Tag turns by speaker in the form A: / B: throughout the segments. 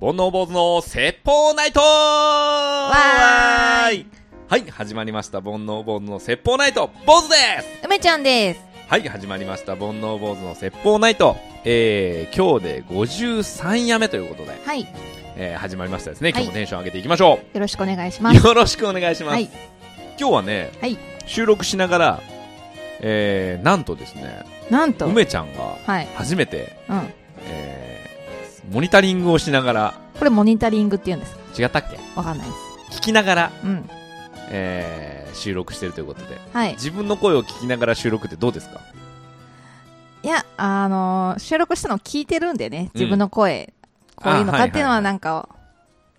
A: 煩悩坊主の説法ナイトわ
B: ーい
A: はい、始まりました。煩悩坊主の説法ナイト坊主です
B: 梅ちゃんです。
A: はい、始まりました。煩悩坊主の説法ナイト。えー、今日で53夜目ということで、
B: はい。よ
A: えー、始まりましたですね。
B: は
A: 今
B: い
A: 日もテンション上げていきましょ
B: ろしくお願いし
A: う。
B: ます。
A: よろしくお願いします。
B: はい。
A: 今日はね、
B: はい
A: 収録しながら、えー、なんとですね、
B: なんと。
A: 梅ちゃんが
B: はい。
A: 初めて、
B: うん。
A: えー、モニタリングをしながら、
B: これモニタリングって言うんですか
A: 違ったっけ
B: わかんないです。
A: 聞きながら、
B: うん。
A: えー収録してるということで
B: はい。
A: 自分の声を聞きながら収録ってどうですか
B: いや、あのー収録したのを聞いてるんでね、
A: うん
B: 自分の声、こういうの
A: あ
B: か
A: はい
B: っていうのは
A: はい
B: なんか、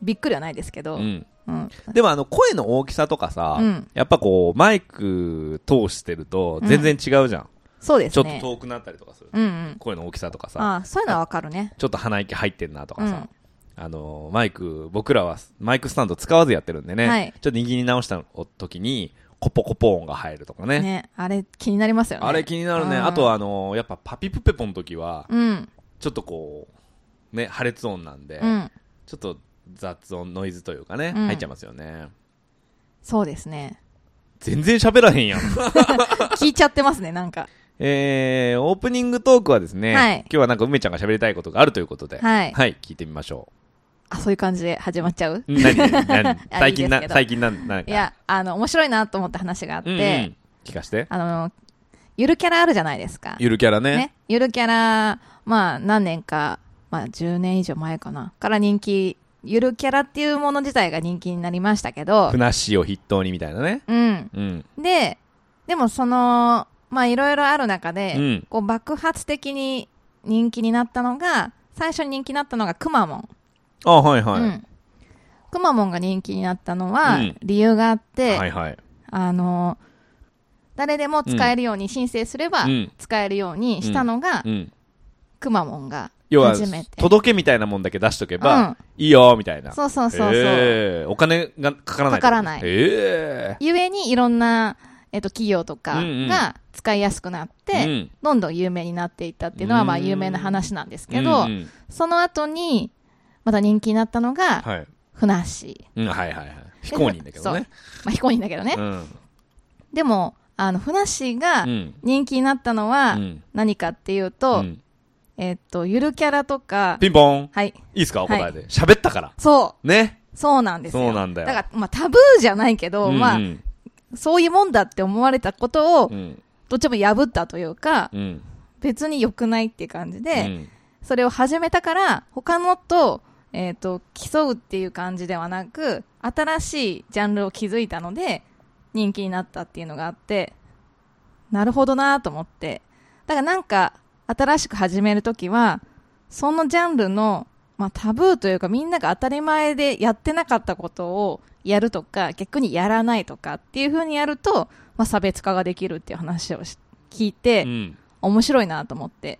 B: びっくりはないですけど。
A: う
B: うん。
A: ん、
B: うん。
A: でもあの声の大きさとかさ、
B: うん
A: やっぱこうマイク通してると全然違うじゃん、
B: そうで
A: ちょ
B: す
A: っと
B: ね。
A: 遠くなったりとかする、
B: うんうん。
A: 声の大きさとかさ
B: ああ、そういうのはわかるね。
A: ちょっと鼻息入ってんなと
B: う
A: かさ、
B: ん。
A: あのーマイク僕らはマイクスタンド使わずやってるんでね、
B: はい
A: ちょっと握り直した時にコポコポ音が入るとかね
B: ね。あれ、気になりますよね。
A: あれ気になるね、
B: うん
A: あとはあのーやっぱパピプペポの時は
B: うん。
A: ちょっとこうね破裂音なんで、
B: うん。
A: ちょっと雑音、ノイズというかね、
B: うん
A: 入っちゃいますよね。
B: そうですね。
A: 全然喋らへん やん。
B: 聞いちゃってますね、 なんか。
A: えー、オープニングトークはですね、
B: はい
A: 今日はなんか梅ちゃんが喋りたいことがあるということで、
B: はい
A: 聞いてみましょ
B: あ、そういう感じで始まっちゃう
A: う。何何
B: あ
A: 最近
B: いい
A: な、
B: ですけど
A: 最近なん、なんか。
B: いや、あの、面白いなと思った話があって、
A: うんうん、聞かして。
B: あの、ゆるキャラあるじゃないですか。
A: ゆるキャラね。
B: ね。ゆるキャラ、まあ、何年か、まあ、10年以上前かな。から人気、ゆるキャラっていうもの自体が人気になりましたけど
A: ふ、なっしーを筆頭にみたいなね。
B: うん。
A: うん。
B: で、でもその、まあ、いろいろある中で、
A: うん
B: こう、爆発的に人気になったのが、最初に人気になったのがくまモン。
A: あ、はいはい。
B: うん。くまモンが人気になったのは
A: うん、
B: 理由があって、
A: はいはい。
B: あの、誰でも使えるように申請すれば
A: う、ん。
B: 使えるようにしたのが、
A: うん。
B: くまモンが
A: 要は
B: 初め、て。
A: 届けみたいなもんだけ出しとけば、
B: うん
A: いいよ、みたいな。
B: そうそうそうそう。
A: えーお金がかからない。
B: かからない
A: え
B: ゆえにいろんな、えっと、企業とか
A: うんうん
B: が使いやすくなっ
A: え
B: て、
A: うん
B: どんどん有名になっていったっていうのは、まあ
A: うん
B: 有名な話なんですけ
A: う
B: ど
A: んう、ん
B: その後に、また人気になったのが、
A: はい。
B: ふなっし
A: うん、はい はいはい。非公認だけどね。
B: ー。まあ、非公認だけどね
A: う。ん。
B: でも、あの、ふなっしーが
A: うん。
B: 人気になったの
A: う
B: は、
A: ん
B: 何かっていう
A: う
B: と、
A: ん。
B: えっと、ゆるキャラとか、
A: ピンポン。
B: はい。
A: いいっすかお
B: はい
A: 答えで。喋ったから。
B: そ
A: ね。
B: う、そうなんですよ。
A: そうなんだよ
B: だから、まあ、タブーじゃないけど、
A: うん
B: まあ
A: う、ん
B: そういうもんだって思われたことを
A: う、ん。
B: どっちも破ったというか、
A: うん。
B: 別に良くないっていう感じ
A: う
B: で、
A: ん
B: それを始めたから、他のと、えっ、と、競うっていう感じではなく、新しいジャンルを築いたので、人気になったっていうのがあって、なるほどなと思って。だからなんか、新しく始めるときは、そのジャンルの、まあ、タブーというか、みんなが当たり前でやってなかったことをやるとか、逆にやらないとかっていう風にやると、まあ、差別化ができるっていう話をし聞いて、
A: うん。
B: 面白いなと思って。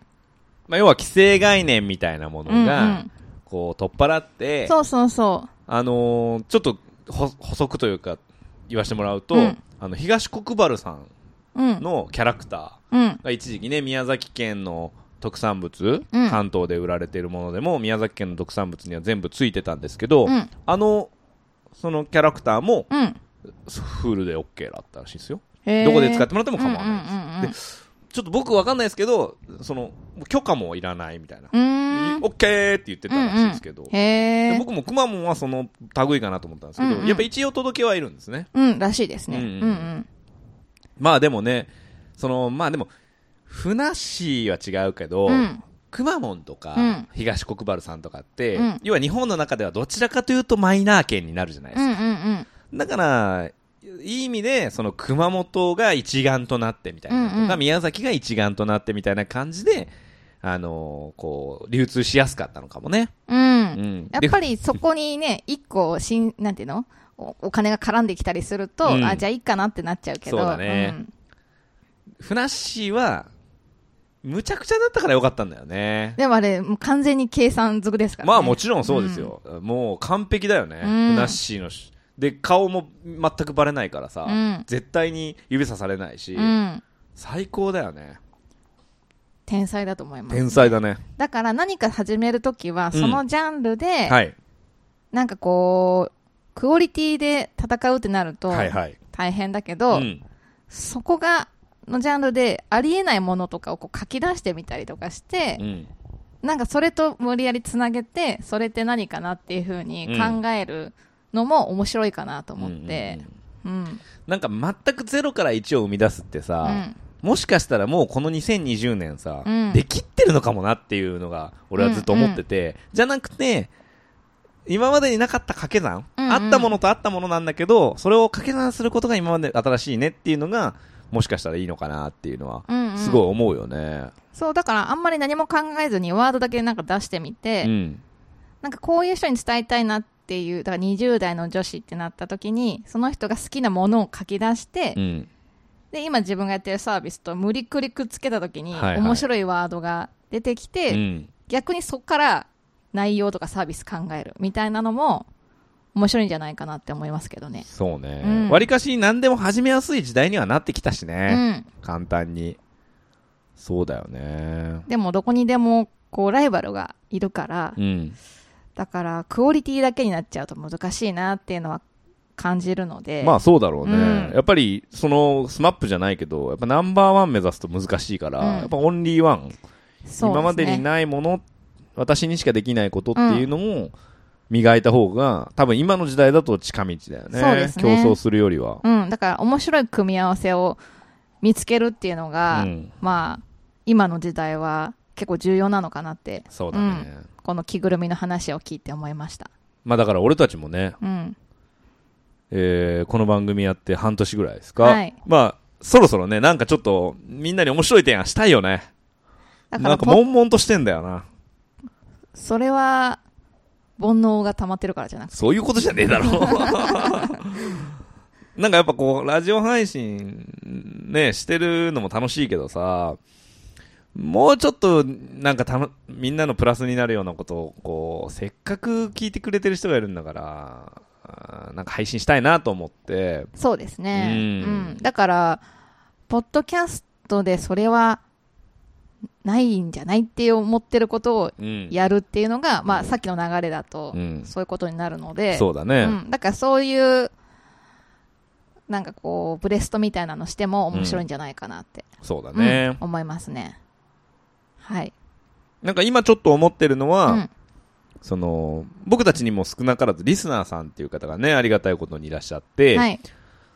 A: まあ、要は規制概念みたいなもの
B: うんう
A: が
B: ん、
A: こう、取っ払って、
B: そうそうそう。
A: あのー、ちょっと、ほ補足というか、言わせてもらうと
B: うん、
A: あの、東国原さん
B: うん。
A: のキャラクタ
B: うん
A: ー。が一時期ね、宮崎県の特産物、
B: うん
A: 関東で売られているものでも、宮崎県の特産物には全部ついてたんですけど、
B: うん。
A: あの、そのキャラクターも、
B: うん。
A: フルで OK だったらしいですよ。
B: へー
A: どこで使ってもらっても構わないです。
B: ないです。
A: ちょっと僕わかんないですけど、その、許可もいらないみたいな。
B: うーん。
A: OK って言ってたらしいですけど。
B: へ
A: で
B: え。
A: 僕もくまモンはその類かなと思ったんですけど、
B: うんうん
A: やっぱ一応届けはいるんですね。
B: うん、らしいですね。
A: う
B: うんん
A: うん
B: うん。
A: まあでもね、その、まあでも、ふなっしーは違うけど、
B: うん。
A: くまモンとか、
B: うん
A: 東国原さんとかって、
B: うん
A: 要は日本の中ではどちらかというとマイナー県になるじゃないです
B: う
A: か。
B: んうん
A: だから、いい意味で、その熊本が一丸となってみたいなのとか、
B: うんうん
A: 宮崎が一丸となってみたいな感じで、あのーこう、流通しやすかったのかもね。
B: うん。う。
A: うんん。
B: やっぱりそこにね、一個、しん、なんていうのおお金が絡んできたりすると、
A: うん
B: あ、じゃあいいかなってなっちゃうけど。
A: そうだね
B: ん
A: で、ふなっしーは、むちゃくちゃだったからよかったんだよね。
B: でもあれ、もう完全に計算ずくですからね。
A: まあもちろんそうですよ。もう完璧だよね。
B: うん
A: ふなっしーのし。で、顔も全くバレないからさ、
B: うん
A: 絶対に指さされないし、
B: うん。
A: 最高だよね。
B: 天才だと思います。
A: 天才だね。
B: だから何か始めるときは、そのジャンルで、
A: はい。
B: なんかこう、クオリティで戦うってなると、
A: はいはい。
B: 大変だけ
A: う
B: ど、
A: ん。
B: そこが、のジャンルでありえないものとかをこう書き出してみたりとかして
A: う、ん。
B: なんかそれと無理やりつなげて、それって何かなっていうふうに考えるのも面白いかなと思って
A: うんうんう、ん
B: うん。
A: なんか全くゼロから1を生み出すって
B: う
A: さ、
B: ん。
A: もしかしたらもうこの2020年さ、
B: うん
A: できってるのかもなっていうのが俺はずっと思ってて、じゃなくて今までになかった掛け算、
B: うんうん
A: あったものとあったものなんだけどそれを掛け算することが今まで新しいねっていうのがもしかしたらいいのかなっていうのは
B: うんうん
A: すごい思うよね。
B: そう、だからあんまり何も考えずにワードだけなんか出してみて、
A: うん
B: なんかこういう人に伝えたいなっていう、だから20代の女子ってなった時に、その人が好きなものを書き出して、
A: うん
B: で、今自分がやってるサービスと無理くりくっつけた時に、
A: はいはい
B: 面白いワードが出てきて、
A: うん
B: 逆にそこから内容とかサービス考えるみたいなのも、面白いんじゃないかなって思いますけどね。
A: そうね
B: う。ん
A: わ、り、かし何でも始めやすい時代にはなってきたし
B: う
A: ね。
B: ん。
A: 簡単に。そうだよね。
B: でもどこにでも、こう、ライバルがいるから、
A: うん。
B: だから、クオリティだけになっちゃうと難しいなっていうのは感じるので、
A: まあそうだろうね、
B: うん
A: やっぱりそのスマップじゃないけどやっぱナンバーワン目指すと難しいから、
B: うん
A: やっぱオンリーワン、
B: そう
A: 今まで
B: ね
A: にないもの私にしかできないことっていうのも磨いた方が多分今の時代だと近道だよね
B: そうですね
A: 競争するよりは、
B: うん、だから面白い組み合わせを見つけるっていうのが、
A: うん
B: まあ、今の時代は結構重要なのかなって、
A: そうだね、
B: この着ぐるみの話を聞いて思いました。
A: まあだから俺たちもね、
B: うん。
A: えーこの番組やって半年ぐらいですか、
B: はい
A: まあそろそろねなんかちょっとみんなに面白い提案したいよね
B: だか
A: な
B: ら
A: んか
B: ポッ、
A: 悶々としてんだよな
B: それは、煩悩が溜まってるからじゃなくて。
A: そういうことじゃねえだろ。なんかやっぱこう、ラジオ配信ね、してるのも楽しいけどさ、もうちょっとなんかたの、みんなのプラスになるようなことを、こう、せっかく聞いてくれてる人がいるんだから、あーなんか配信したいなと思って、
B: そうですね。
A: うん
B: うん。だから、ポッドキャストでそれは、ないんじゃないって思ってることを
A: うん。
B: やるっていうのが、ま
A: う
B: あ、
A: ん
B: さっきの流れだと
A: う、ん。
B: そういうことになるので、
A: そうだね。
B: うん、だからそういう、なんかこう、ブレストみたいなのしても面白いんじゃないかなって、
A: そうだね
B: うん、思いますね。はい。
A: なんか今ちょっと思ってるのは、
B: うん
A: その、僕たちにも少なからずリスナーさんっていう方がね、ありがたいことにいらっしゃって、
B: はい。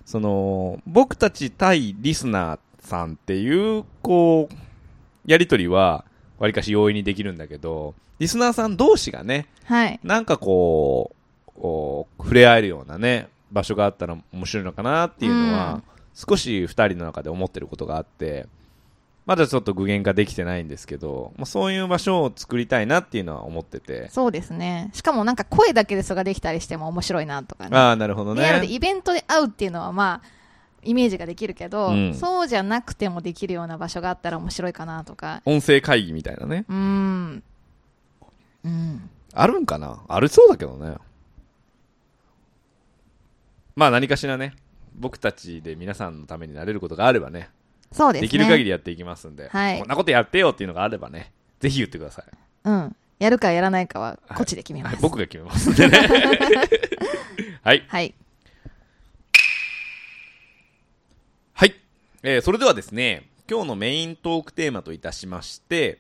A: その、僕たち対リスナーさんっていう、こう、やりとりは、わりかし容易にできるんだけど、リスナーさん同士がね、
B: はい。
A: なんかこう、こう触れ合えるようなね、場所があったら面白いのかなっていうのは、
B: うん
A: 少し二人の中で思ってることがあって、まだちょっと具現化できてないんですけど、まあ、そういう場所を作りたいなっていうのは思ってて。
B: そうですね。しかもなんか声だけでそれができたりしても面白いなとかね。
A: ああ、なるほど
B: リアルで
A: ね。
B: イベントで会うっていうのはまあ、イメージができるけど、
A: うん
B: そうじゃなくてもできるような場所があったら面白いかなとか。
A: 音声会議みたいなね。
B: うーん。うん。
A: あるんかなありそうだけどね。まあ何かしらね、僕たちで皆さんのためになれることがあればね、
B: そう
A: で
B: ですね。
A: きる限
B: り。
A: りやっていきますんで、
B: はい
A: こんなことやってよっていうのがあればね、ぜひ言ってください。
B: うん。やるかやらないかは、こっちで決めま
A: はい
B: す。
A: 僕が決めますんで ね。はい。
B: はい。
A: はい。えーそれではですね、今日のメイントークテーマといたしまして、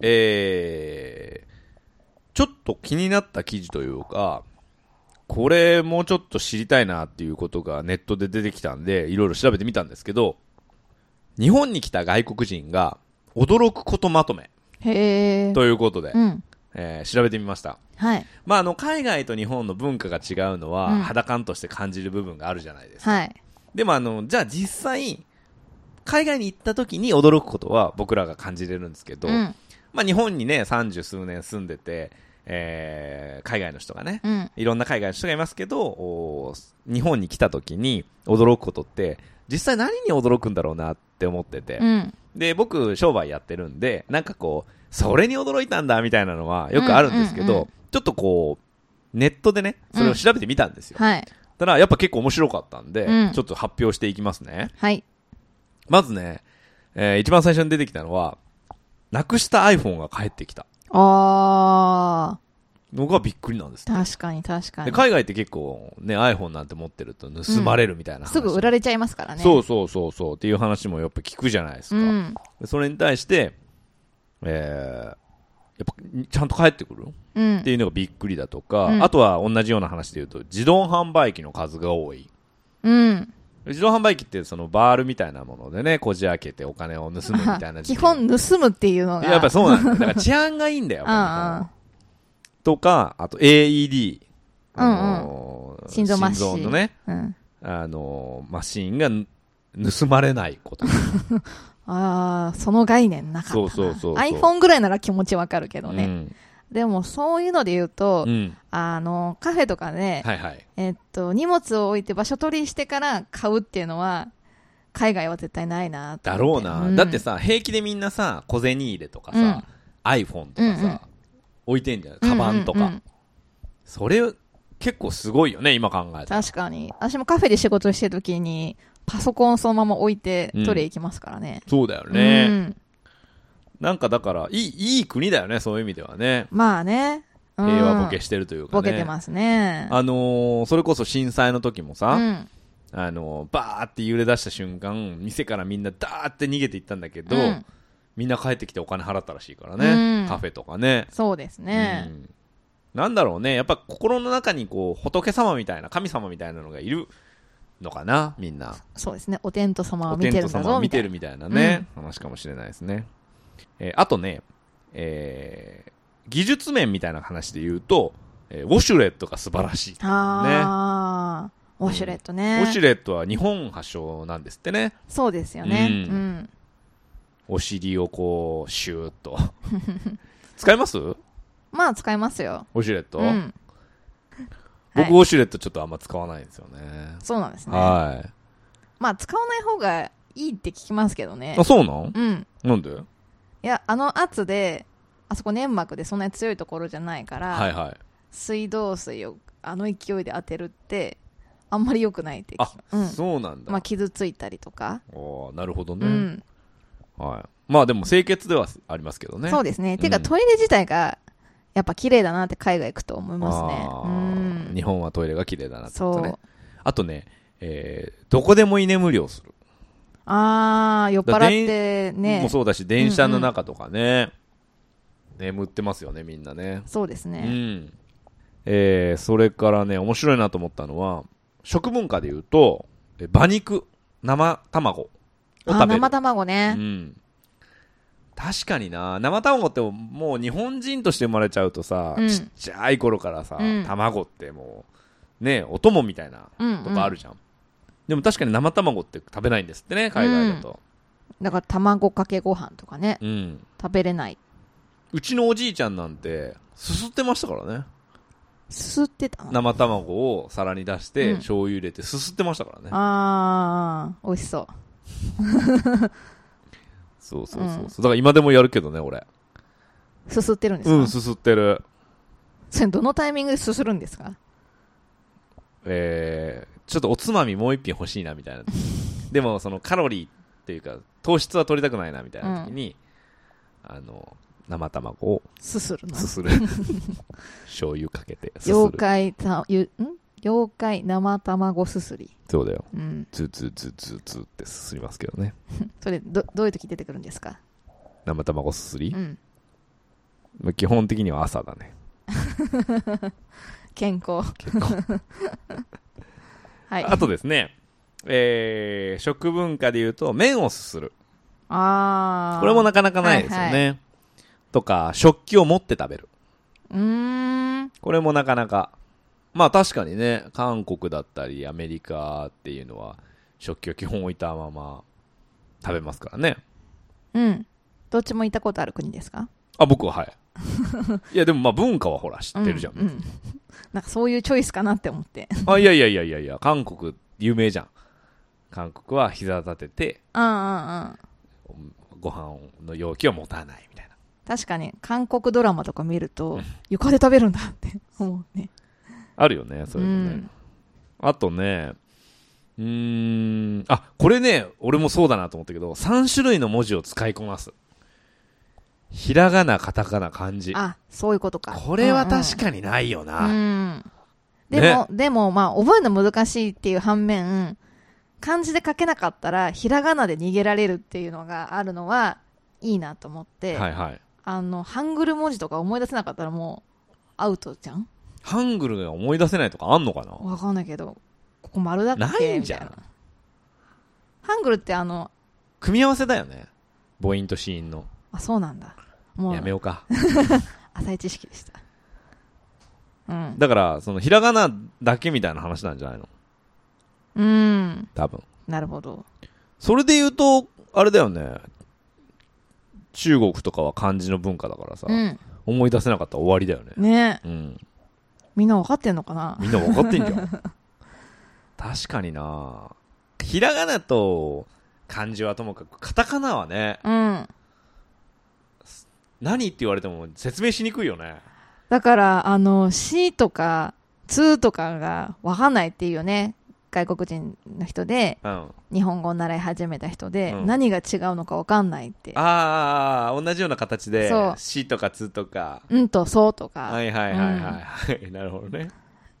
A: えー、ちょっと気になった記事というか、これもうちょっと知りたいなっていうことがネットで出てきたんで、いろいろ調べてみたんですけど、日本に来た外国人が驚くことまとめ
B: へえ。
A: ということで、
B: うん。
A: えー調べてみました。
B: はい。
A: まあ、あの、海外と日本の文化が違うのは、
B: うん
A: 肌感として感じる部分があるじゃないですか
B: はい。
A: でもあの、じゃあ実際、海外に行った時に驚くことは僕らが感じれるんですけど、
B: うん。
A: まあ日本にね、三十数年住んでて、えー、海外の人がね、
B: うん。
A: いろんな海外の人がいますけど、おー日本に来た時に驚くことって、実際何に驚くんだろうなって思ってて、
B: うん。
A: で、僕、商売やってるんで、なんかこう、それに驚いたんだみたいなのはよくあるんですけど、
B: うんうんうん
A: ちょっとこう、ネットでね、それを調べてみたんですよ。
B: はい。
A: ただ、やっぱ結構面白かったんで、
B: うん
A: ちょっと発表していきますね。
B: はい。
A: まずね、えー一番最初に出てきたのは、なくした iPhone が返ってきた
B: あ
A: のがびっくりなんです
B: ー、確かに確か
A: で
B: に。
A: 海外って結構ね iPhone なんて持ってると盗まれるみたいな話、
B: すぐ売られちゃいますからね。
A: そうそうそうそうっていう話もやっぱ聞くじゃないですか、
B: うん。
A: でそれに対してえーやっぱちゃんと返ってくる
B: うん
A: って。いうのがびっくりだとか、
B: うん
A: あとは同じような話で言うと自動販売機の数が多い
B: うん。
A: 自動販売機ってそのバールみたいなものでねこじ開けてお金を盗むみたいな
B: 基本盗むっていうのが。
A: やっぱそうなんだよだから治安がいいんだよ
B: うんうん
A: とかあと AED、あのー
B: 心臓マシン。
A: 心のね、。
B: うん。
A: あのーマシンがぬ盗まれないこと
B: ああ、その概念なかった
A: そう
B: な。
A: そうそうそう
B: iPhone ぐらいなら気持ちわかるけど
A: う
B: ね。
A: ん
B: でもそういうので言うと、
A: うん
B: あの、カフェとかで、
A: はいはい
B: えっと、荷物を置いて場所取りしてから買うっていうのは、海外は絶対ないなと
A: だ
B: 思
A: ろ
B: っ
A: う
B: て
A: な、
B: ん
A: だってさ平気でみんなさ小銭入れとかさ、
B: うん
A: iPhone とかさ、
B: うんうん
A: 置いてんじゃないカバンとか、
B: うんうんうん
A: それ結構すごいよね今考えたら
B: 確かに。私もカフェで仕事してる時に、パソコンそのまま置いて
A: うん
B: トイレ行きますからね。
A: そうだよね、
B: うん。
A: なんかだからいいいい国だよねそういう意味ではね
B: まあね。うん
A: 平和ボケしてるというかね、
B: ボケてますね。
A: あのーそれこそ震災の時もさ、
B: うん。
A: あのーバーって揺れ出した瞬間店からみんなダーって逃げていったんだけど、
B: うん
A: みんな帰ってきてお金払ったらしいからね、
B: うん
A: カフェとかね
B: そうですね
A: う。んなんだろうねやっぱ心の中にこう仏様みたいな神様みたいなのがいるのかなみんな
B: そうですね。お天道様を
A: お
B: 見
A: 天
B: て
A: 道
B: るんだ
A: 様
B: ぞ、
A: を見
B: みた
A: て
B: いな
A: る。みたいなね、話かもしれないですね、えーあとね、えー技術面みたいな話で言うと、えーウォシュレットが素晴らしい、
B: ああ、ウォシュレット
A: ウ
B: ね。
A: ォシュレットは日本発祥なんですってね
B: そうですよね。
A: う
B: うんん。
A: お尻をこうシューッ と使いますウ
B: まあ、使いますよ。
A: ォシュレット、
B: うん。
A: 僕、
B: は
A: ウ
B: い、
A: ォシュレットちょっとあんま使わないんですよね
B: そうなんですね。
A: は
B: まあ、使わない方がいいって聞きますけどね
A: いあ。そうなん
B: うん。
A: なんで
B: いや、あの圧で、あそこ粘膜でそんなに強いところじゃないから、
A: はいはい
B: 水道水をあの勢いで当てるって、あんまり良くないって聞き
A: あ、
B: うん。
A: そうなんだ、
B: まあ、傷ついたりとか。
A: おーなるほど
B: う
A: ね、
B: ん。
A: はい、まあでも清潔ではありますけどね
B: そうですね。ていうか、
A: うん
B: トイレ自体が、やっぱ綺麗だなって海外行くと思いますね。
A: あ
B: う
A: ー
B: ん。
A: 日本はトイレが綺麗だなってこと
B: そ
A: ね
B: う。
A: あとね、えーどこでも居眠りをする、
B: ああ、酔っ払ってね。
A: もう
B: そう
A: そうだし電車の中とかね、眠ってますよねみんなね
B: です
A: う
B: ね。
A: んえーそれからね面白いなと思ったのは食文化で言うとえ馬肉生卵を
B: あ
A: 食べる
B: 生卵
A: う
B: ね。
A: ん、確かにな生卵ってもう日本人として生まれちゃうとさ、
B: うん
A: ちっちゃい頃からさ、
B: うん
A: 卵ってもうねお供みたいな
B: うん、うん。
A: とかあるじゃん、でも確かに生卵って食べないんですってね海外だと、
B: だから卵かけご飯とかね、
A: うんう
B: 食べれない。
A: ちのおじいちゃんなんてすすってましたからね
B: すすってたの
A: 生卵を皿に出して、
B: うん
A: 醤油入れてすすってましたからね
B: ああ、美味しそ
A: そう
B: う。
A: そうそうそう、だから今でもやるけどね俺
B: すすってるんです
A: う
B: か、
A: んすすってる
B: それどのタイミングですするんですか
A: えーちょっとおつまみもう一品欲しいなみたい なでもそのカロリーっていうか糖質は取りたくないなみたいな時に、あの生卵を
B: すするの
A: すす る醤油かけてすす
B: 妖
A: る
B: 怪たゆん妖怪生卵すすり。
A: そうだよ
B: うん。
A: ズーズーズーズーズーってすすりますけどね
B: それ、ど、どういう時出てくるんですか
A: 生卵すすり
B: う、ん。
A: まあ基本的には朝だね
B: 健康。
A: 結構
B: はい。
A: あとですねえー食文化で言うと麺をすする
B: ああ。
A: これもなかなかないですよね、
B: はい
A: とか食器を持って食べる
B: うーん。
A: これもなかなか。まあ確かにね、韓国だったりアメリカっていうのは食器を基本置いたまま食べますからね。
B: うん。どっちも行ったことある国ですか
A: あ、僕ははい。いやでもまあ文化はほら知ってるじゃん。
B: ううん。 なんかそういうチョイスかなって思って。
A: あ、いやいやいやいやいや、韓国有名じゃん。韓国は膝立てて
B: うんうんうん。
A: ご飯の容器を持たないみたいな。
B: 確かに、韓国ドラマとか見ると、床で食べるんだって 思うね。
A: あるよね、そういうのね。
B: うん
A: あとね、うーん、あ、これね、俺もそうだなと思ったけど、3種類の文字を使いこなす。ひらがな、カタカナ、漢字。
B: あ、そういうことか。
A: これは確
B: に。
A: かにないよ
B: う
A: な。
B: ん。でも、でも、まあ、覚えるの難しいっていう反面、漢字で書けなかったら、ひらがなで逃げられるっていうのがあるのは、いいなと思って、
A: はいはい。
B: あの、ハングル文字とか思い出せなかったらもう、アウトじゃん
A: ハングルが思い出せないとかあんのかな
B: わかんないけど、ここ丸だっけ
A: ないんじゃん
B: みたいなハングルってあの、
A: 組み合わせだよね。母音と子音の。
B: あ、そうなんだ。も
A: やめ
B: う、
A: ようか。
B: 浅い知識でした。うん。
A: だから、その、ひらがなだけみたいな話なんじゃないの
B: うん。
A: 多分。
B: なるほど。
A: それで言うと、あれだよね。中国とかは漢字の文化だからさ、
B: うん。
A: 思い出せなかったら終わりだよね。
B: ね
A: うん。
B: みんなわかってんのかな
A: みんな分かってんじゃ ん。確かになひらがなと漢字はともかく、カタカナはね、
B: うん。
A: 何って言われても説明しにくいよね。
B: だから、あの、C とか、2とかがわかんないっていうよね。外国人の人で、
A: うん。あ
B: 日本語を習い始めた人で、
A: うん
B: 何が違うのかわかんないって。
A: あー、同じような形で
B: そう、
A: しとかつとか。
B: うんと、そうとか。
A: はいはいはいはい。はい、 なるほどね。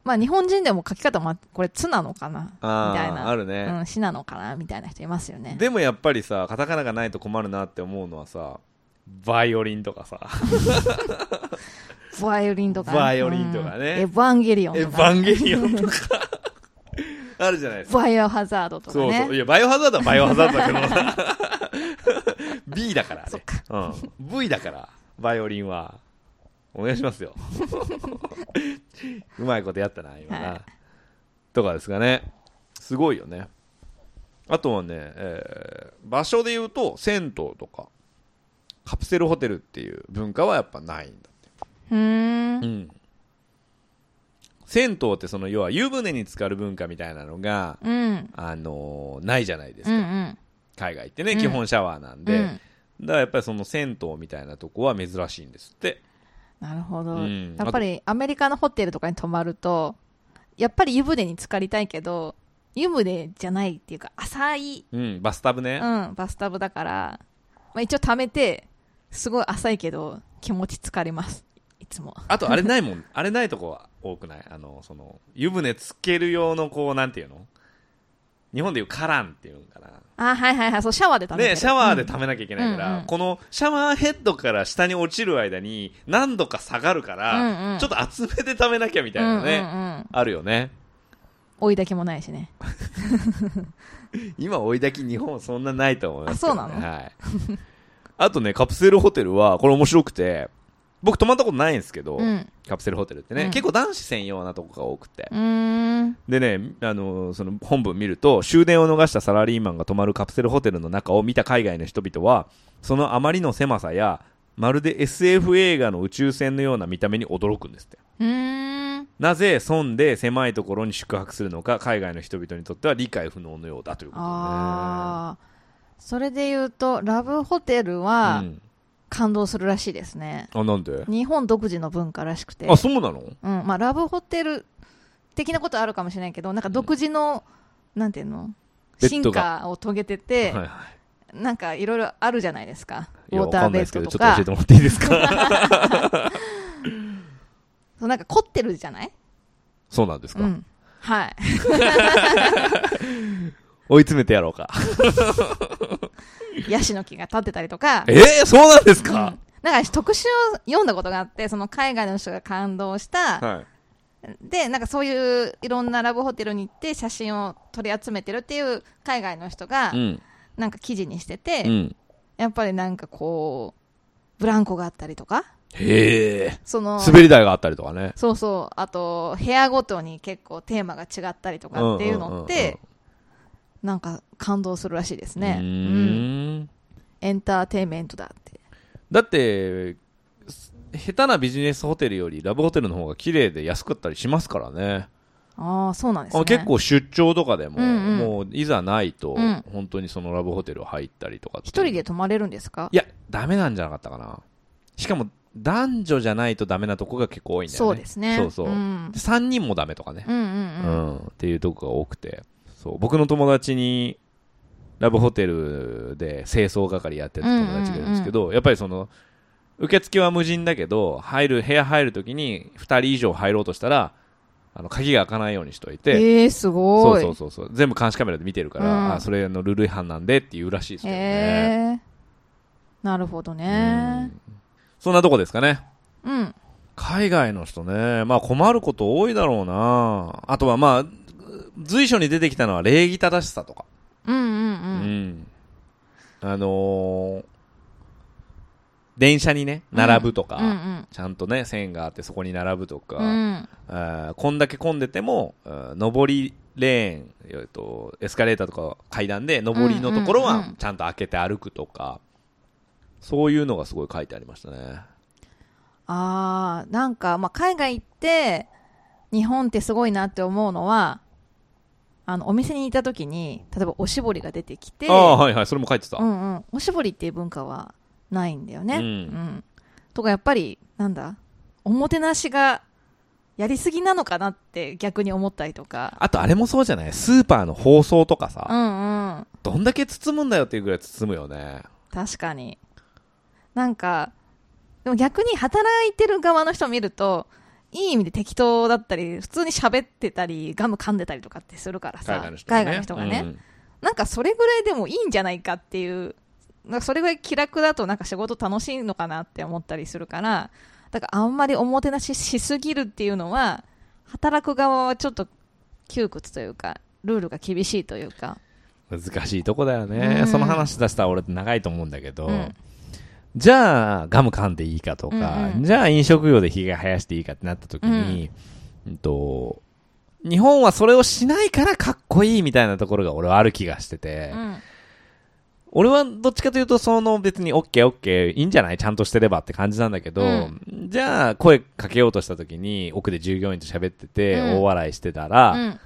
B: まあ日本人でも書き方もあこれ「つ」なのかなみ
A: あ
B: たい
A: ー、あ
B: な
A: るね。
B: うん「し」なのかなみたいな人いますよね
A: でもやっぱりさカタカナがないと困るなって思うのはさバイオリンとかさ
B: バイオリンとかね
A: バイオリンとかね
B: うんエヴァンゲリオン
A: エヴ
B: とか
A: ァンゲリオンとか あるじゃないですか
B: バイオハザードとか
A: そうそう
B: ね
A: いやバイオハザードはバイオハザードだけ どな B だからあれ
B: そっか
A: うん、V だからバイオリンはお願いします ようまいことやったな今な、
B: はい
A: とかですかねすごいよねあとはね、えー場所で言うと銭湯とかカプセルホテルっていう文化はやっぱないんだ
B: うー
A: うんん銭湯ってその要は湯船に浸かる文化みたいなのが、
B: うんうん
A: あのーないじゃないです
B: う
A: か、
B: ん
A: 海外ってね、
B: うん
A: 基本シャワーなんで、
B: うん
A: だからやっぱりその銭湯みたいなとこは珍しいんですって
B: なるほど、
A: うん
B: やっぱりアメリカのホテルとかに泊まるとやっぱり湯船に浸かりたいけど湯船じゃないっていうか浅い、
A: うんバスタブね、
B: うん、バスタブだから、まあ、一応溜めてすごい浅いけど気持ち疲れますいつも
A: あとあれないもん あれないとこは多くないあのその湯船つける用のこうなんていうの日本でいうカランっていうんかな
B: あはいはいはいそうシャワーで食べてる
A: ねシャワーで溜めなきゃいけないから、
B: うんうん
A: このシャワーヘッドから下に落ちる間に何度か下がるから、
B: うんうん
A: ちょっと厚めで溜めなきゃみたいなね、
B: うんうんうん
A: あるよね
B: 追いだけもないしね
A: 今追い炊き日本そんなないと思いますけど、ね、
B: あそうなの
A: はい、あとねカプセルホテルはこれ面白くて僕泊まったことないんですけど、
B: うん
A: カプセルホテルってね、
B: うん
A: 結構男子専用なとこが多くて
B: う、ーん
A: でね、あのーその本文見ると終電を逃したサラリーマンが泊まるカプセルホテルの中を見た海外の人々はそのあまりの狭さやまるで SF 映画の宇宙船のような見た目に驚くんですって
B: うーん
A: なぜ損で狭いところに宿泊するのか海外の人々にとっては理解不能のようだということでね
B: ああそれで言うとラブホテル
A: う
B: は
A: ん
B: 感動するらしいですね、
A: あなんで
B: 日本独自の文化らしくて
A: あそうなの
B: うんまあ、ラブホテル的なことあるかもしれないけどなんか独自の、なんていうの
A: ベッ
B: 進
A: ドが
B: 化を遂げてて、
A: はいはい
B: なんかいろいろあるじゃないですか
A: い
B: ウ
A: や
B: ォー
A: わ
B: ターベッ
A: かんないですけ
B: ド
A: どち
B: と
A: ょっと
B: か
A: 教えてもらっていいですか
B: そうなんか凝ってるじゃない、
A: そうなんですか、
B: うん、はい
A: 追い詰めてやろうか
B: ヤシの木が立ってたりとか
A: えー、そうなんです
B: うん
A: か、
B: なんか特集を読んだことがあってその海外の人が感動した、
A: はい
B: でなんかそういういろんなラブホテルに行って写真を取り集めてるっていう海外の人が
A: うん
B: なんか記事にしてて、
A: うん
B: やっぱりなんかこうブランコがあったりとか
A: へえ
B: その
A: 滑り台があったりとかね
B: そうそうあと部屋ごとに結構テーマが違ったりとかっていうのって、
A: うんうんうんうん
B: なんか感動するらしいですね
A: うー
B: うん
A: ん
B: エンターテインメントだって
A: だってす下手なビジネスホテルよりラブホテルの方が綺麗で安かったりしますからね
B: ああそうなんですね
A: あ結構出張とかでも、
B: うんうん
A: もういざないと、
B: うん
A: 本当にそのラブホテル入ったりとかって
B: 一人で泊まれるんですか
A: いや、ダメなんじゃなかったかな。しかも、男女じゃないとダメなとこが結構多いんだよね。
B: そうですね。
A: そうそう。
B: ん、
A: 3人もダメとかね。
B: うんうん
A: う
B: うん。
A: ん。っていうとこが多くて。そう。僕の友達に、ラブホテルで清掃係やってた友達がいるんですけど、やっぱりその、受付は無人だけど、入る、部屋入るときに2人以上入ろうとしたら、あの、鍵が開かないようにしといて、
B: えー、すご
A: そう
B: い。
A: そうそうそう。全部監視カメラで見てるから、
B: うん
A: あそれあのルール違反なんでっていうらしいですけどね。
B: へえ。なるほど
A: う
B: ね。
A: んそんなとこですかね。
B: うん。
A: 海外の人ね、まあ困ること多いだろうな。あとはまあ、随所に出てきたのは礼儀正しさとか。
B: うんうん
A: う
B: うん。
A: ん。あのー電車にね、並ぶとか、
B: うんうん。
A: ちゃんとね、線があってそこに並ぶとか、
B: うん。
A: あーこんだけ混んでても、あー上りレーン、えっと、エスカレーターとか階段で、上りのところ
B: うんうんう
A: は
B: ん
A: ちゃんと開けて歩くとか、そういうのがすごい書いてありましたね。
B: あー、なんか、まあ、海外行って、日本ってすごいなって思うのは、あの、お店にいた時に、例えばおしぼりが出てきて、
A: ああ、はいはい、それも書いてた。
B: うんうん、おしぼりっていう文化はないんだよね。
A: うん
B: んとかやっぱりなんだおもてなしがやりすぎなのかなって逆に思ったりとか。
A: あとあれもそうじゃないスーパーの包装とか
B: う
A: さ、
B: んうん
A: どんだけ包むんだよっていうぐらい包むよね。
B: 確かになんかでも逆に働いてる側の人を見るといい意味で適当だったり普通に喋ってたりガム噛んでたりとかってするからさ
A: 海外の人がね。
B: 海外の人がね、
A: うん
B: なんかそれぐらいでもいいんじゃないかっていう、なんかそれぐらい気楽だとなんか仕事楽しいのかなって思ったりするから、だからあんまりおもてなししすぎるっていうのは、働く側はちょっと窮屈というか、ルールが厳しいというか。
A: 難しいとこだよね、
B: うん
A: その話出したら俺長いと思うんだけど、
B: うん
A: じゃあガム噛んでいいかとか、
B: うんうん
A: じゃあ飲食業でひげ生やしていいかってなった時に、うんと日本はそれをしないからかっこいいみたいなところが俺はある気がしてて、
B: うん。
A: 俺はどっちかというとその別に OKOK いいんじゃないちゃんとしてればって感じなんだけど、
B: うん
A: じゃあ声かけようとした時に奥で従業員と喋ってて
B: うん
A: 大笑いしてたら、
B: うん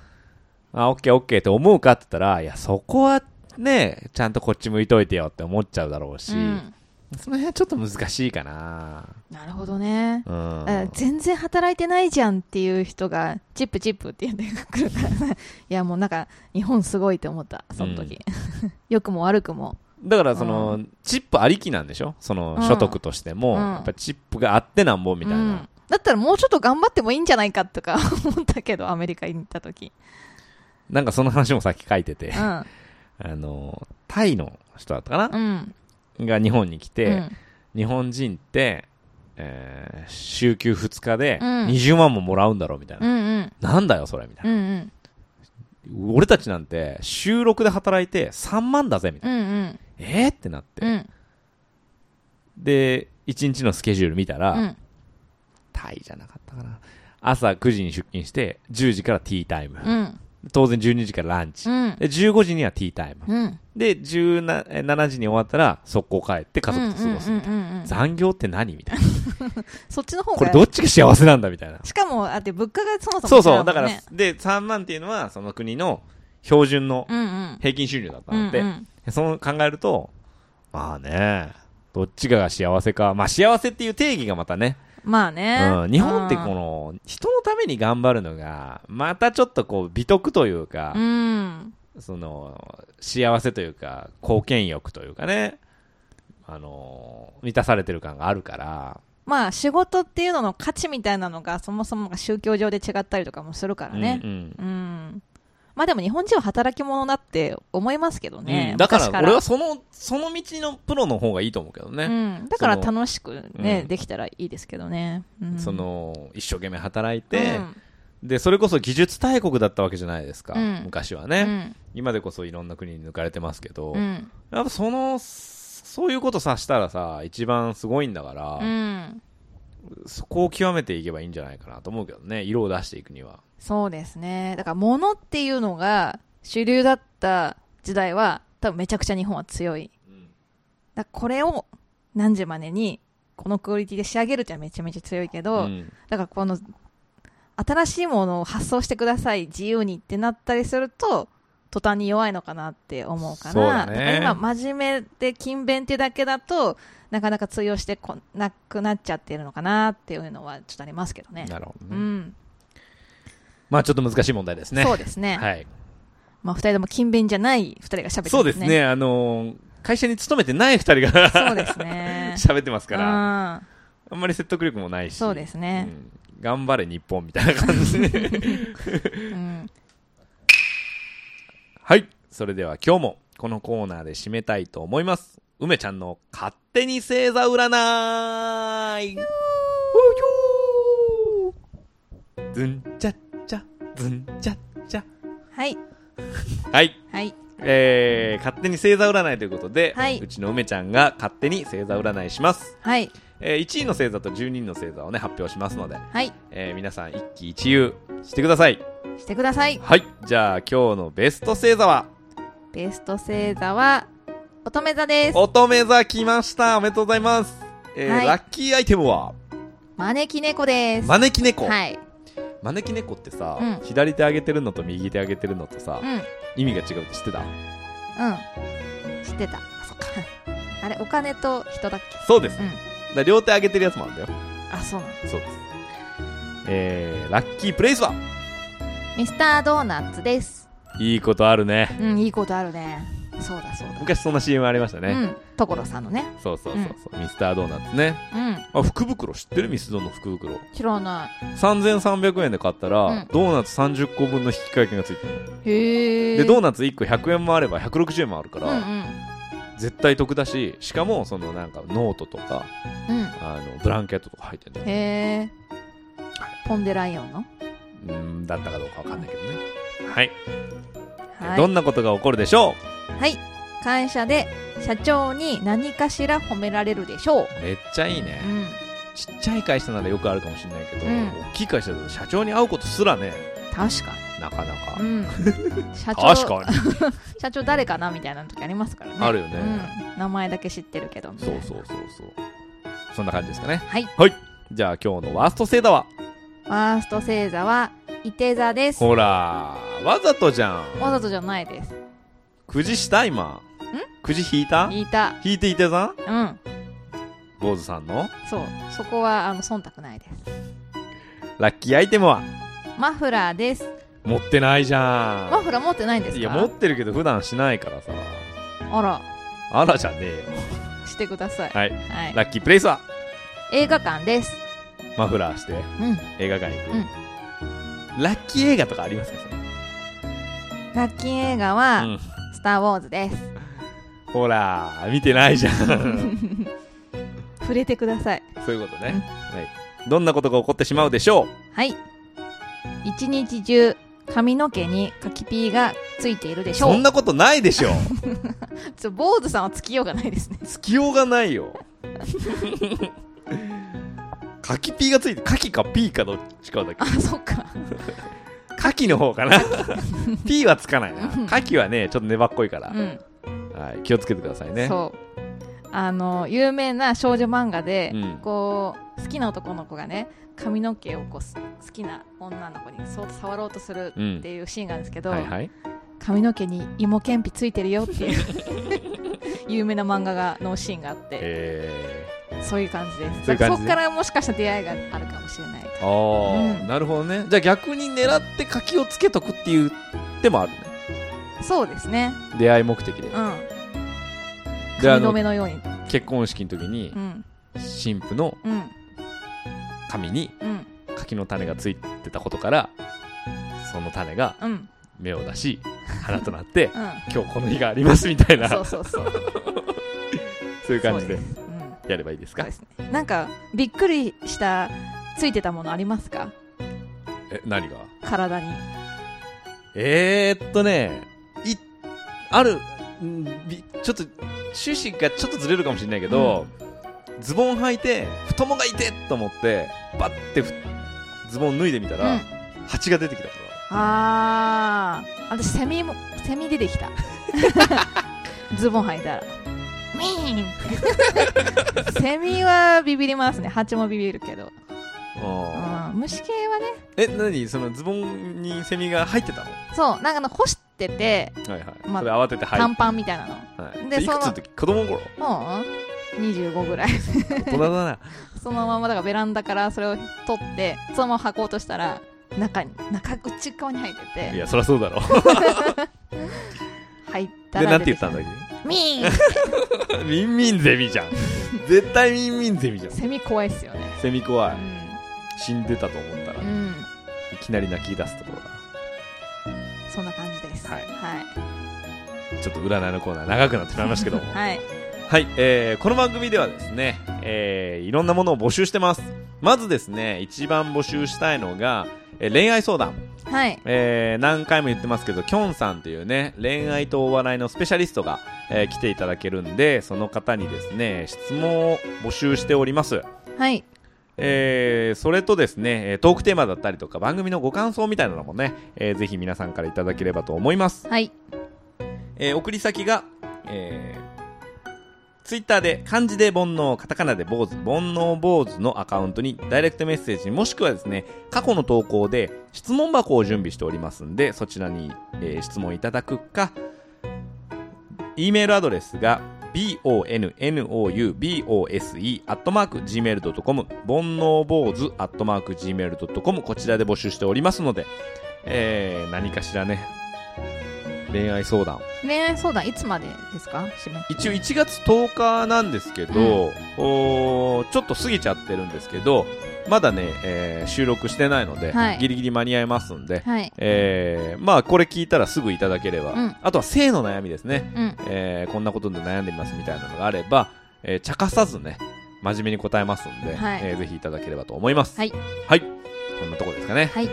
A: あ、オッケーオッケーって思うかって言ったら、いや、そこはね、ちゃんとこっち向いといてよって思っちゃうだろうし、
B: うん
A: その辺はちょっと難しいかな
B: なるほどね。
A: うん。
B: あ全然働いてないじゃんっていう人が、チップチップって言ってくるからね。いや、もうなんか、日本すごいと思った、その時。良、くも悪くも。
A: だからその、
B: う
A: チップありきなんでしょその
B: うん
A: 所得としても、
B: うん
A: やっぱチップがあってなんぼみたいな。
B: うんだったらもうちょっと頑張ってもいいんじゃないかとか 思ったけどアメリカに行った時、
A: なんかその話もさっき書いてて、
B: うん
A: あの、タイの人だったかな、
B: うん
A: が日本に来て、
B: うん
A: 日本人って、えー週休2日で
B: うん
A: 20万ももらうんだろうみたいな。
B: うんうん
A: なんだよそれみたいな
B: うんう。ん
A: 俺たちなんて収録で働いて3万だぜみたい
B: うんうん
A: な、えー、ってなって、
B: うん
A: で1日のスケジュール見たら、
B: うん
A: タイじゃなかったかな朝9時に出勤して10時からティータイム、
B: うん
A: 当然12時からランチ、
B: うん
A: で15時にはティータイム、
B: うん
A: で17え7時に終わったら速攻帰って家族と過ごす、
B: うんうんうんうん
A: 残業って何みたいな
B: そっちの方
A: これ
B: が
A: どっちが幸せなんだみたいな
B: しかもあって物価がそもそも
A: そう
B: 違
A: そう
B: もんね
A: だからで3万っていうのはその国の標準の
B: うんうん
A: 平均収入だった
B: うんう
A: の
B: ん
A: で、その考えると、まあね、どっちかが幸せか。まあ幸せっていう定義がまたね、
B: まあね、
A: うん、日本ってこ
B: の
A: の人のために頑張るのが、またちょっとこう美徳というか
B: う、ん
A: その幸せというか貢献欲というかね、あのー満たされてる感があるから、
B: まあ仕事っていうのの価値みたいなのがそもそもが宗教上で違ったりとかもするからね
A: うんうん
B: うん、まあでも日本人は働き者だって思いますけどね、
A: うんだから
B: 昔
A: 俺はその、その道のプロの方がいいと思うけどね。
B: うん、だから楽しくね、
A: うん
B: できたらいいですけどね、うん、
A: その、一生懸命働いうて、
B: ん
A: で、それこそ技術大国だったわけじゃないですか、
B: うん
A: 昔はね。今でこそいろんな国に抜かれてますけど、
B: うんうん
A: やっぱそのそういうことさしたらさ一番すごいんだから、
B: うん
A: そこを極めていけばいいんじゃないかなと思うけどね色を出していくには
B: そうですねだから物っていうのが主流だった時代は多分めちゃくちゃ日本は強いだからこれを何時までにこのクオリティで仕上げるってのはめちゃめちゃ強いけど、
A: ん
B: だからこの新しいものを発想してください自由にってなったりすると途端に弱いのかなって思うか
A: そうだ
B: ら
A: ね
B: から今真面目で勤勉ってだけだとなかなか通用してこなくなっちゃってるのかなっていうのはちょっとありますけどね
A: なるほど
B: う
A: ね、
B: ん、
A: まあちょっと難しい問題ですね
B: そうですね、
A: はい
B: まあ、2人とも勤勉じゃない2人が喋ってますね
A: そうですねあのー会社に勤めてない二人が
B: そうですね。
A: 喋ってますから、
B: ら。
A: あんまり説得力もないし。
B: そうですね
A: うん頑張れ日本みたいな感じで。
B: うん。
A: はい。それでは今日もこのコーナーで締めたいと思います。梅ちゃんの勝手に星座占いずんちゃっちゃ、ずんちゃっちゃ。
B: はい。
A: はい。
B: はい。
A: えー、勝手に星座占いということで、
B: はいう
A: ちの梅ちゃんが勝手に星座占いします。
B: はい。
A: えー、1位の星座と12位の星座をね、発表しますので、
B: はい。
A: えー、皆さん一喜一憂してください。
B: してください。
A: はい。じゃあ今日のベスト星座は、
B: ベスト星座は、乙女座です。
A: 乙女座来ましたおめでとうございます、えー
B: はい
A: ラッキーアイテムは
B: 招き猫です。
A: 招き猫、
B: はい。
A: 招き猫ってさ、
B: うん
A: 左手上げてるのと右手上げてるのとさ、
B: うん。うん。
A: 意味が違うって知ってた
B: 知ってた。あ、そっか。 あれ、お金と人だっけ
A: そうです、
B: う
A: だ
B: ん
A: から両手上げてるやつもあるんだよ
B: あ、そうなの。
A: そうですえー、ラッキープレイスは
B: ミスタードーナツです。
A: いいことあるね
B: うん、いいことあるね。そうだそうだ。
A: 昔そんな CM ありましたね、
B: うん。所さんのね。
A: そうそうそうそう、ミスタードーナツね
B: うん。
A: あ福袋知ってるミスドの福袋
B: 知らない。
A: 3300円で買ったら、
B: うん
A: ドーナツ30個分の引き換え券がついてる
B: へえ。
A: でドー
B: う
A: ナツ1個100円もあれば160円もあるから、
B: うん
A: 絶対得だししかもそのなんかノートとか
B: うん。うん。
A: あのブランケットとか入ってるね
B: へえ。ポンデライオンの。
A: うーんだったかどうかわかんないけどねはい、
B: は
A: ど
B: い。
A: んなことが起こるでしょ
B: はい。会社で社長に何かしら褒められるでしょう。
A: うめっちゃいいね
B: う、ん。
A: ちっちゃい会社ならよくあるかもしれないけど、
B: うん
A: 大きい会社だと社長に会うことすらね
B: 確か
A: なかなか、
B: に。うん。 社長。
A: 確かに
B: 社長誰かなみたいな時ありますからね。
A: あるよね、
B: うん。名前だけ知ってるけど。
A: そうそうそうそうそんな感じですかね
B: はい。
A: じゃあ今日のワーストセーダは
B: ワースト星座は、伊手座です。
A: ほらわざとじゃん
B: わざとじゃないです。
A: くじした今くじ引いた
B: 言いた。
A: 引いていてさん
B: うん。
A: 坊主さんの
B: そう。そこは、あの、忖度ないです。
A: ラッキーアイテムは
B: マフラーです。
A: 持ってないじゃん
B: マフラー持ってないんですか
A: いや持ってるけど普段しないからさ
B: あら、
A: あらじゃねえよ
B: してください。
A: はい
B: はい。
A: ラッキープレイスは
B: 映画館です。
A: マフラーして
B: うん。
A: 映画館行く、ラッキー映画とかありますかそれ
B: ラッキー映画は、
A: うん
B: スター・ウォーズです。
A: ほら見てないじゃん
B: 触れてください。
A: そういうことね、
B: うん
A: はい、どんなことが起こってしまうでしょう
B: はい。一日中、髪の毛にカキピーがついているでしょう。
A: そんなことないで しょ
B: ちょ坊主さんはつきようがないですね。
A: つきようがないよカキピーがついてカキかピーかどっちかだっけ
B: あ、そっか。
A: カキの方 かなピーはつかないな
B: うん
A: カキはねちょっと粘っこいから、
B: うん。
A: はい、気をつけてくださいね
B: そう。あの、有名な少女漫画で、
A: うん
B: こう、好きな男の子がね、髪の毛をこうす好きな女の子にそう触ろうとする
A: うん
B: っていうシーンがあるんですけど、
A: はいはい
B: 髪の毛に芋けんぴついてるよっていう有名な漫画がのシーンがあって、
A: え
B: そういう感じです
A: そういう感じ
B: だからそこからもしかしたら出会いがあるかもしれない
A: ー、ああ、
B: うん
A: なるほどねじゃあ逆に狙って柿をつけとくっていう手もあるね
B: そうですね
A: 出会い目的で
B: うん
A: であ
B: 髪
A: の
B: 留めのように
A: 結婚式の時に
B: うん
A: 新婦の
B: うん
A: 髪に
B: うん
A: 柿の種がついてたことからその種が
B: うん
A: 芽を出し花 となって
B: う
A: 今日この日がありますみたい
B: ん
A: な
B: そ
A: そうう
B: そうそう
A: いう感じで
B: そうすうん
A: やればいいです
B: そう
A: か
B: ですねなんかびっくりしたついてたものありますか
A: え何が
B: 体に
A: えー、っとねいあるんびちょっと趣旨がちょっとずれるかもしれないけど、ズボン履いて太ももが痛いと思ってバッてふズボン脱いでみたら、
B: うん
A: 蜂が出てきたか
B: あー私セミもセミ出て きたズボン履いたらウィー ンセミはビビりますね蜂もビビるけど、
A: らあ
B: うん、虫系はね
A: ーえ何そのズボンにセミが入ってたのは
B: そうなんかあの干してて
A: いはい、
B: まあ
A: それ慌てて入
B: 短
A: っ
B: パンみたいなの、
A: て、はい、
B: で
A: でいくつ
B: そ
A: の
B: の
A: 時子供の頃
B: もう25ぐらい
A: 大人だな
B: そのままだからベランダからそれを取ってそのまま履こうとしたら中に中内側に入って
A: い
B: て
A: やそりゃそうだろ
B: 入った
A: で
B: ら
A: なん
B: 出
A: て言
B: てき
A: ったんだっけ
B: ミー ン
A: ミンミンゼミじゃん。 絶対ミンミンゼミじゃん。
B: セミ怖いっすよね
A: セミ怖い。死んでたと思ったら、
B: う
A: い
B: ん、うん、
A: きなり泣き出すところ
B: そんな感じです
A: はい
B: はい
A: が、ちょっと占いのコーナー長くなってしまいましたけども。
B: はい
A: はい、えーこの番組ではですね、えーいろんなものを募集してます。まずですね、一番募集したいのが、えー恋愛相談。
B: はい
A: えー何回も言ってますけど、きょんさんというね、恋愛とお笑いのスペシャリストが、えー来ていただけるんで、その方にですね、質問を募集しております。
B: はい
A: えーそれとですね、えートークテーマだったりとか、番組のご感想みたいなのもね、えーぜひ皆さんからいただければと思います。
B: はい
A: えー送り先が、えツイッター Twitter で漢字で煩悩、カタカナで坊主、煩悩坊主のアカウントにダイレクトメッセージ、もしくはですね、過去の投稿で質問箱を準備しておりますんで、そちらに、えー質問いただくか、E メールアドレスが bonnoubose.gmail.com 煩悩坊主 .gmail.com こちらで募集しておりますので、えー何かしらね恋愛相談
B: 恋愛相談いつまでですか締め
A: 一応1月10日なんですけど、おーちょっと過ぎちゃってるんですけどまだね、えー収録してないので、
B: はい
A: ギリギリ間に合いますんで、
B: はい
A: えーまあこれ聞いたらすぐいただければ、
B: うん
A: あとは性の悩みですね、
B: うん
A: えーこんなことで悩んでみますみたいなのがあれば、えー茶化さずね真面目に答えますんで、
B: はい
A: えーぜひいただければと思います
B: はい、
A: はい、こんなとこですかね
B: はい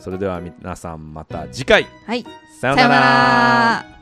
A: それでは皆さんまた次回
B: はい
A: さよう
B: さ
A: な
B: ような
A: ら
B: ら